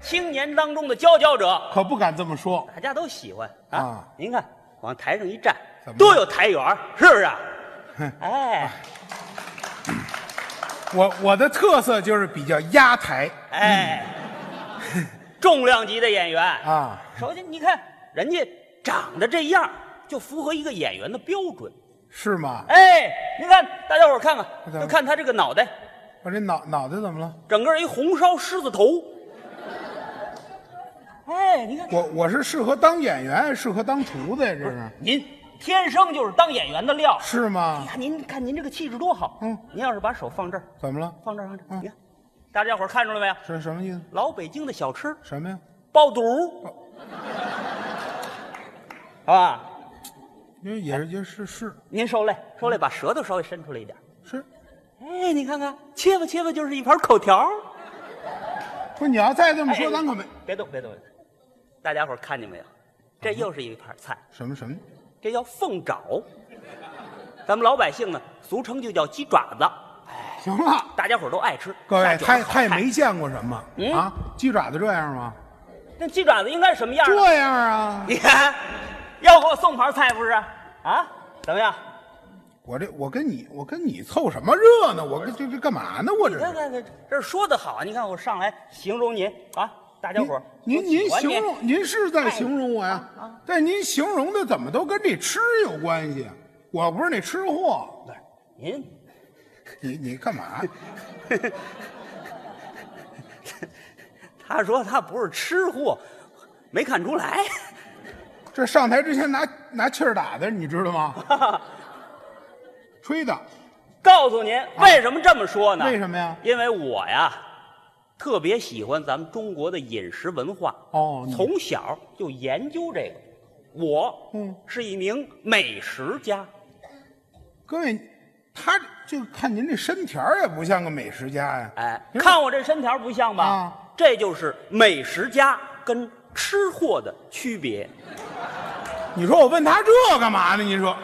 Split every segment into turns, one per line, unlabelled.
青年当中的佼佼者，
可不敢这么说。
大家都喜欢啊
啊。
您看，往台上一站
怎，么
多有台缘儿，是不是啊？哎
我我的特色就是比较压台
哎，重量级的演员，
啊，
首先你看人家长得这样，就符合一个演员的标准。
是吗？
哎，您看，大家伙儿看看，
怎么
就看他这个脑袋，
我这脑脑袋怎么了？
整个一红烧狮子头。哎，你看，
我我是适合当演员，还是适合当厨子呀？这是
您天生就是当演员的料。
是
哎
吗？
呀，您看您这个气质多好。
嗯，
您要是把手放这儿，
怎么了？
放这儿，放这儿，
嗯
你看，大家伙儿看出来没有？
是什么意思？
老北京的小吃
什么呀？
爆肚，好吧？
因为也是也是是
您受累，受累，把舌头稍微伸出来一点。
是，
哎，你看看，切吧切吧，就是一盘口条。
不是你要再这么
哎
说，
哎
咱可没
别动，别动，别动大家伙儿看见没有？这又是一盘菜，
什么什么
这叫凤爪。咱们老百姓呢，俗称就叫鸡爪子，
行了。
大家伙儿都爱吃。
各
那
位，
就是
他也
好
他也
菜
没见过什么、
嗯
啊，鸡爪子这样吗？
那鸡爪子应该什么样呢？
这样啊，
你看，要给我送盘菜不是？啊，怎么样？
我这我跟你我跟你凑什么热闹？我跟这这干嘛呢？我这
你看
是
看这这说的好，啊你看我上来形容您啊，大家伙儿
您
都
您
喜欢
形
您
容您是在形容我
啊
呀？但您形容的怎么都跟这吃有关系？啊我不是那吃货，
您
你你干嘛？
他说他不是吃货，没看出来。
这上台之前拿拿气儿打的，你知道吗？吹的，
告诉您为什么这么说呢？
啊为什么呀？
因为我呀，特别喜欢咱们中国的饮食文化，
哦你
从小就研究这个。我
嗯
是一名美食家，
各位，他就看您这身条儿也不像个美食家呀。
哎，
您
看我这身条不像吧？
啊
这就是美食家跟吃货的区别。
你说我问他这干嘛呢？你说，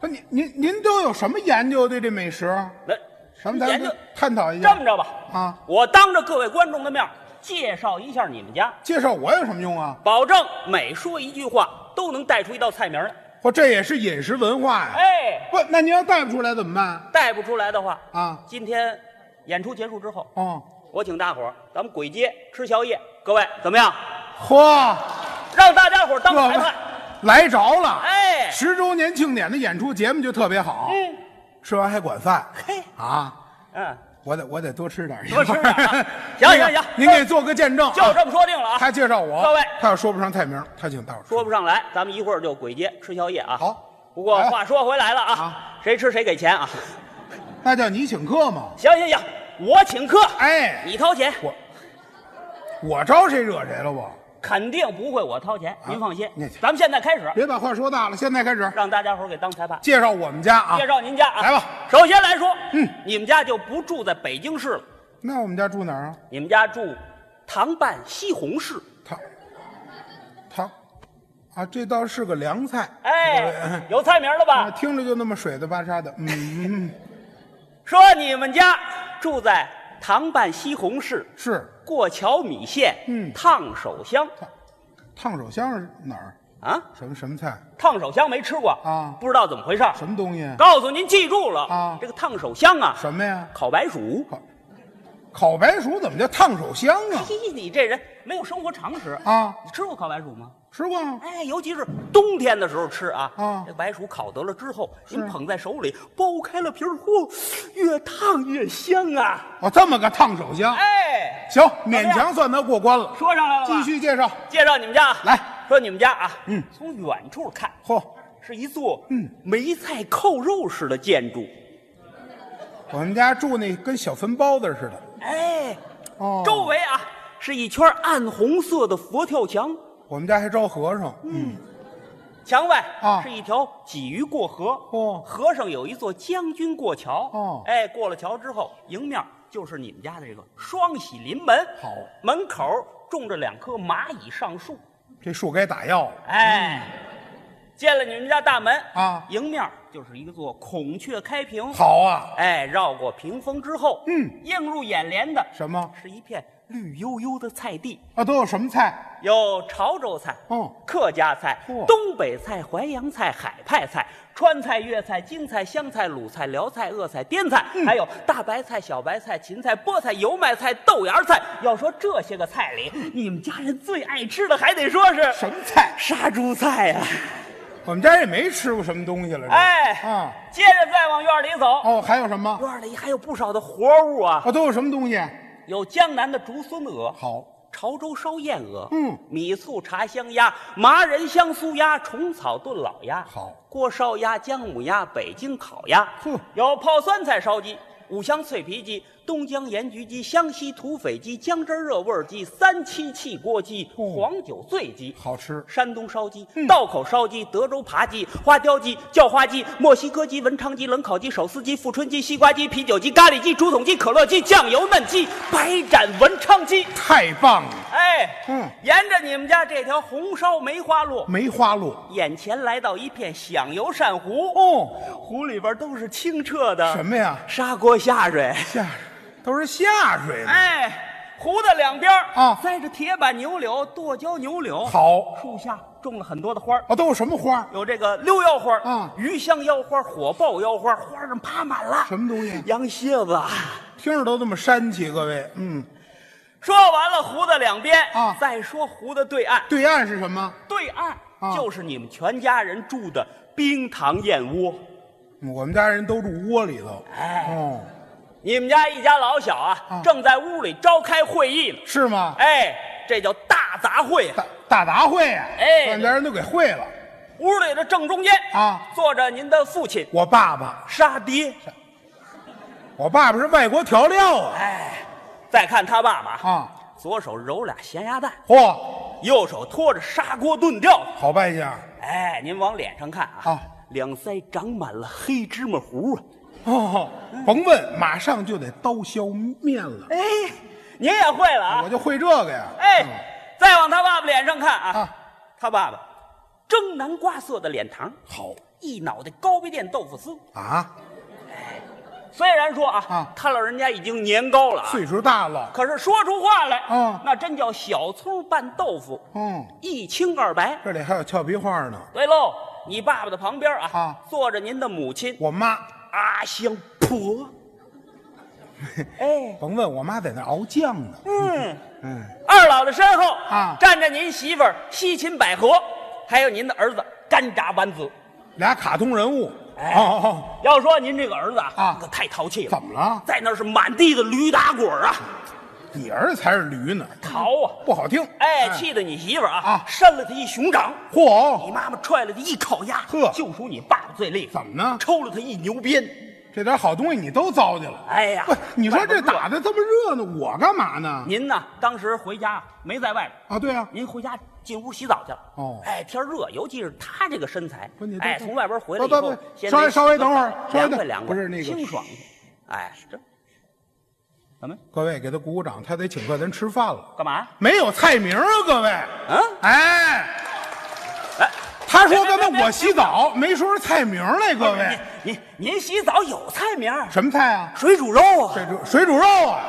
不是，您您您都有什么研究对这美食？啊
那
什么咱
研究
们探讨一
这
下
么着吧？
啊？
我当着各位观众的面儿介绍一下你们家，
介绍我有什么用啊？
保证每说一句话都能带出一道菜名儿来。
我这也是饮食文化呀。
哎，
不，那您要带不出来怎么办？
带不出来的话
啊
今天演出结束之后，
哦，
我请大伙儿咱们鬼街吃宵夜，各位怎么样？
嚯，
让大家伙儿当
这
裁判。
来着了。
哎
十周年庆典的演出节目就特别好。
嗯，
吃完还管饭。
嘿
啊，
嗯，
我得我得多吃点儿，
多吃点儿啊
那个
行行行
您给做个见证啊，
就这么说定了啊。
他介绍我，
各位
他要说不上菜名，他请大伙儿吃
说不上来，咱们一会儿就鬼街吃宵夜啊。
好
不过
来
话说回来了啊
啊，
谁吃谁给钱啊。
那叫你请客嘛。
行行行，我请客，
哎，
你掏钱，
我我招谁惹谁了我？
肯定不会我掏钱，您放心
啊那。
咱们现在开始，
别把话说大了，现在开始
让大家伙儿给当裁判。
介绍我们家啊
介。绍您家啊，
来吧。
首先来说，
嗯，
你们家就不住在北京市了，
那我们家住哪儿啊？
你们家住唐办西红柿。
他他啊，这倒是个凉菜。
哎，有菜名了
啊，
吧？
听着就那么水的巴沙的，嗯，
说你们家住在唐办西红柿，
是
过桥米线，
嗯
烫手香
烫手香是哪儿？
啊，
什么什么菜？
烫手香没吃过
啊
不知道怎么回事儿。
什么东西？
告诉您，记住了
啊
这个烫手香啊，
什么呀？
烤白薯。
烤白薯怎么叫烫手香啊？
嘿，你这人没有生活常识！
啊，
你吃过烤白薯吗？
吃过吗？
哎，尤其是冬天的时候吃啊，
啊
这白薯烤得了之后，您
是
捧在手里，剥开了皮儿，嚯，越烫越香啊！
哦，这么个烫手香，
哎，
行，勉强算他过关了。
说上来了吧，
继续介绍，
介绍你们家啊，
来
说你们家啊，
嗯
从远处看
嚯，
是一座
嗯
梅菜扣肉式的建筑，
我们家住那跟小坟包子似的。
哎，
哦
周围啊是一圈暗红色的佛跳墙，
我们家还招和尚。嗯，
墙外
啊
是一条鲫鱼过河，
哦
河上有一座将军过桥，
哦
哎，过了桥之后，迎面就是你们家的这个双喜临门，
好
门口种着两棵蚂蚁上树，
这树该打药了。
哎，进了你们家大门
嗯啊
迎面就是一座孔雀开屏，
好啊，
哎，绕过屏风之后，
嗯，
映入眼帘的
什么？
是一片绿油油的菜地，
啊，都有什么菜？
有潮州菜、
哦
客家菜、
嚯
东北菜、淮扬菜、海派菜、川菜、粤菜、京菜、湘菜、鲁菜、辽菜、鄂菜、滇菜，还有大白菜、小白菜、芹菜、菠菜、油麦菜、豆芽菜。要说这些个菜里，你们家人最爱吃的，还得说是
什么菜？
杀猪菜啊呀、
我们家也没吃过什么东西了。这
哎，
啊，
接着再往院里走，
哦，还有什么？
院里还有不少的活物啊，
啊，都有什么东西？
有江南的竹荪鹅，
好，
潮州烧燕鹅，
嗯
米醋茶香鸭，麻仁香酥鸭，虫草炖老鸭，
好
锅烧鸭、姜母鸭、北京烤鸭，
哼
有泡酸菜烧鸡。五香脆皮鸡、东江盐焗鸡、湘西土匪鸡、姜汁儿热味儿鸡、三七汽锅鸡、
哦嗯
黄酒醉鸡，
好吃。
山东烧鸡、道口烧鸡、德州扒鸡、花雕鸡、叫花鸡、墨西哥鸡、文昌鸡、冷烤鸡、手撕鸡、富春鸡、西瓜鸡、啤酒鸡、咖喱鸡、竹筒鸡、可乐鸡、酱油嫩鸡、白斩文昌鸡。
太棒了！
哎，
嗯
沿着你们家这条红烧梅花路，
梅花鹿。
眼前来到一片响油扇湖，
哦，
湖里边都是清澈的，
什么呀？
砂锅下水。
下都是下水的。
哎，湖的两边儿
啊
栽着铁板牛柳、剁椒牛柳，
好，
树下种了很多的花儿。
啊，都有什么花？
有这个溜腰花，
嗯
鱼香腰花、火爆腰花，花上爬满了
什么东西？
羊蝎子。
听着都这么煽气，各位。嗯，
说完了湖的两边
啊
再说湖的对岸，
对岸是什么？
对岸
啊
就是你们全家人住的冰糖燕窝。
我们家人都住窝里头。
哎
哦，
你们家一家老小啊
啊，
正在屋里召开会议呢。
是吗？
哎，这叫大杂烩啊。
大大杂烩呀、
哎
把我们家人都给会了。
屋里的正中间
啊
坐着您的父亲
我爸爸，
沙爹。
啊我爸爸是外国调料啊。
哎，再看他爸爸，
啊，
左手揉俩咸鸭蛋，
嚯、
右手托着砂锅炖吊子。
好啊败家。
哎，您往脸上看啊，
啊
两腮长满了黑芝麻糊啊！
哦，甭问，马上就得刀削面了。
哎，您也会了啊
我？就会这个呀。
哎，
嗯
再往他爸爸脸上看啊，
啊
他爸爸蒸南瓜色的脸膛，
好
一脑袋高碑店豆腐丝。
啊，
虽然说啊，
啊
他老人家已经年高了啊，
岁数大了。
可是说出话来，
嗯
那真叫小葱拌豆腐，
嗯，
一清二白。
这里还有俏皮话呢。
对喽，你爸爸的旁边啊，
啊
坐着您的母亲
我妈，
阿香 婆。哎。
甭问，我妈在那熬酱呢。
嗯，
嗯，
二老的身后
啊
站着您媳妇儿西芹百合，还有您的儿子干炸丸子。
俩卡通人物。
哎
哦哦，
要说您这个儿子啊，
啊
那可太淘气了
怎，么嗯了？
在那儿是满地的驴打滚儿啊，
你儿子才是驴呢，
淘啊！
不好听。
哎，气得你媳妇儿啊
啊，
扇了他一熊掌，你
嚯，
妈妈踹了他一烤鸭，
呵
就属你爸爸最厉害，
怎么呢？
抽了他一牛鞭。
这点好东西你都糟践了。
哎呀
不，，你说
外
这
边热
打的这么热闹，我干嘛呢？
您呢？当时回家没在外边，
啊，对啊，
您回家进屋洗澡去了。
哦
哎，天热，尤其是他这个身材
不是你，等
哎，
等
从外边回来以
不
后
不不，
先
稍微
得洗
稍微
个
等会儿
澡
稍
凉
微
快
等
凉快，
不是那个
清爽一些。哎，这怎么
各位给他鼓鼓掌，他得请客，咱吃饭了。
干嘛？
没有菜名啊，各位。
嗯，
哎，
哎，
他说
别别
刚
别
才我洗澡，没说是菜名来，各位。
您您您洗澡有菜名儿？
什么菜啊？
水煮肉啊！
水煮水煮肉啊，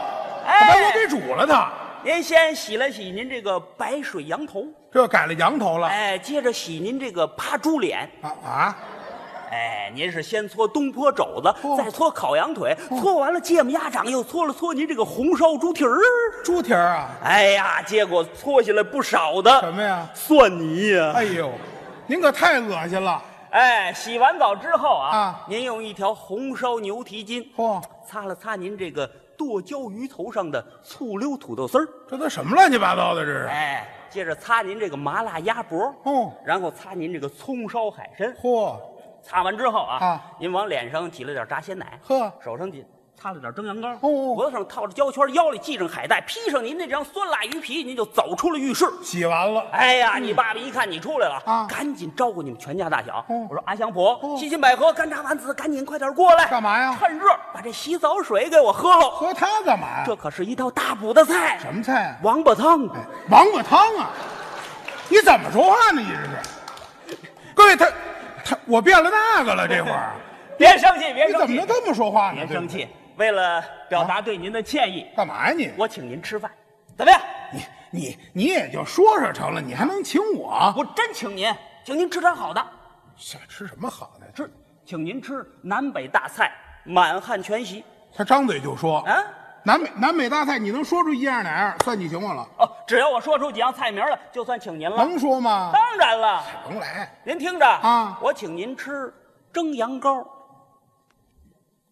他把我
哎，
给煮了他，
您先洗了洗您这个白水羊头，
这改了羊头了。
哎，接着洗您这个趴猪脸，
啊啊，
哎，您是先搓东坡肘子，
哦
再搓烤羊腿，搓完了芥末鸭掌，又搓了搓您这个红烧猪蹄儿。
猪蹄儿啊？
哎呀，结果搓下来不少的
什么呀？
蒜泥呀、
哎呦，您可太恶心了。
哎，洗完澡之后啊，
啊
您用一条红烧牛蹄筋
嚯，
擦了擦您这个剁椒鱼头上的醋溜土豆丝儿，
这都什么乱七八糟的这是？
哎，接着擦您这个麻辣鸭脖，
哦，
然后擦您这个葱烧海参。
嚯，
擦完之后啊，
啊
您往脸上挤了点炸鲜奶，
呵
手上挤擦了点蒸羊羔，
哦
脖子上套着胶圈，腰里系上海带，披上您那张酸辣鱼皮，您就走出了浴室。
洗完了。
哎呀，你爸爸一看你出来了，
啊
赶紧招呼你们全家大小。
哦
我说阿香婆、
哦
西芹百合、干炸丸子，赶紧快点过来，
干嘛呀
趁热把这洗澡水给我喝了，
喝它干嘛呀？
这可是一道大补的菜，
什么菜啊？
王八汤。
王八汤啊！你怎么说话呢？你这是？各位，他他我变了那个了，这会儿
别生气，别
你
生
怎么
气
能，啊这么说话呢？
别生气。为了表达对您的歉意，
干嘛呀你？
我请您吃饭。怎么样？
你你你也就说说成了，你还能请我？
我真请您，请您吃点好的，
想吃什么好的？
吃，请您吃南北大菜，满汉全席。
他张嘴就说
啊
南北南北大菜，你能说出一样哪样，算你请我了。
哦，只要我说出几样菜名了，就算请您了。
能说吗？
当然了，
甭来，
您听着
啊
我请您吃蒸羊羔、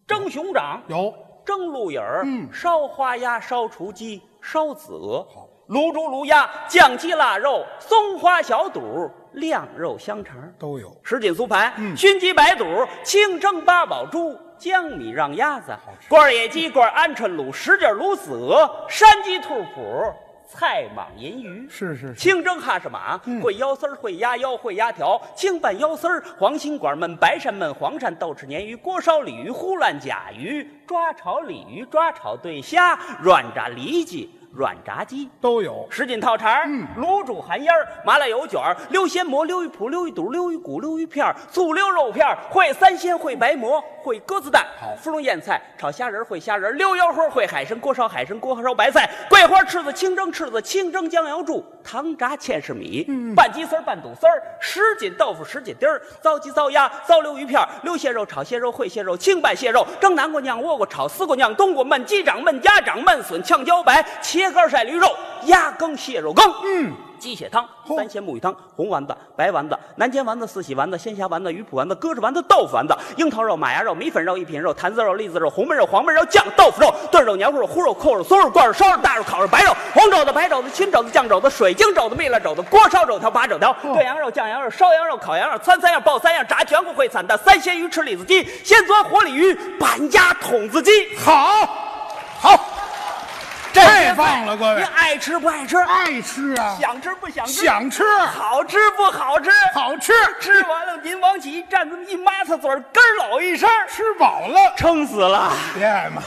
蒸熊掌、
有
蒸鹿尾儿、
嗯
烧花鸭、烧雏鸡、烧子鹅
好、
卤猪、卤鸭、酱鸡、腊肉、松花小肚、晾肉香肠、
都有。
什锦酥盘、
嗯
熏鸡白肚、清蒸八宝猪、江米让鸭子
吃、
罐儿野鸡、罐儿鹌鹑卤、什锦卤子鹅、山鸡兔脯、菜蟒银鱼。
是是是，
清蒸哈什马，
嗯
烩腰丝儿，烩鸭腰，烩鸭条，清拌腰丝儿，黄心管焖白鳝焖黄鳝，豆豉鲶鱼，锅烧鲤鱼，呼烂甲鱼，抓炒鲤鱼，抓炒对虾，软炸里脊，软炸鸡。
都有。
什锦套肠儿、卤煮寒烟儿、麻辣油卷儿、溜鲜蘑、溜鱼脯、溜鱼肚、溜鱼骨、溜鱼片儿、醋溜肉片儿、烩三鲜、烩白馍、烩鸽子蛋
好、
芙蓉燕菜、炒虾仁儿、烩虾仁儿、溜腰花儿、烩海参、锅烧海参、锅烧白菜、桂花翅子、清蒸翅子、清蒸江瑶柱、糖炸芡实米、拌鸡丝儿、拌肚丝儿、什锦豆腐、什锦丁儿、糟鸡、糟鸭、糟溜鱼片儿、溜蟹肉、炒蟹肉、烩蟹肉、清拌蟹肉、蒸南瓜、酿倭瓜、炒丝瓜、酿冬瓜、焖鸡掌、焖鸭掌、焖笋、炝茭白、切肝晒驴肉、鸭羹、蟹肉羹。
嗯，
鸡血汤、
嚯
三鲜木鱼汤、红丸子、白丸子、南煎丸子、四喜丸子、鲜虾丸子、鱼脯丸子、鸽子丸子、豆腐丸子、樱桃肉、马牙肉、米粉肉、一品肉、坛子肉、栗子肉、红焖肉、黄焖肉、酱豆腐肉、炖肉、黏糊肉、烀肉、扣肉、松肉、灌肉、烧肉、大肉、烤肉、白肉、红肘子、白肘子、青肘子、酱肘子、水晶肘子、蜜蜡肘子、锅烧肘条、把肘条、炖羊肉、酱羊肉、烧羊肉、烤羊肉、汆三样、爆三样、炸全骨烩散的三鲜鱼、吃李子鸡、鲜钻活鲤鱼、板鸭、筒子鸡。
好，好，
这
太棒了，各
您
位，
爱吃不爱吃？
爱吃啊，
想吃不想吃？
想吃，
好吃不好吃？
好吃，
吃完了，您往起一站，这么一抹擦嘴儿，咯儿老一声，
吃饱了，
撑死了。
别挨骂。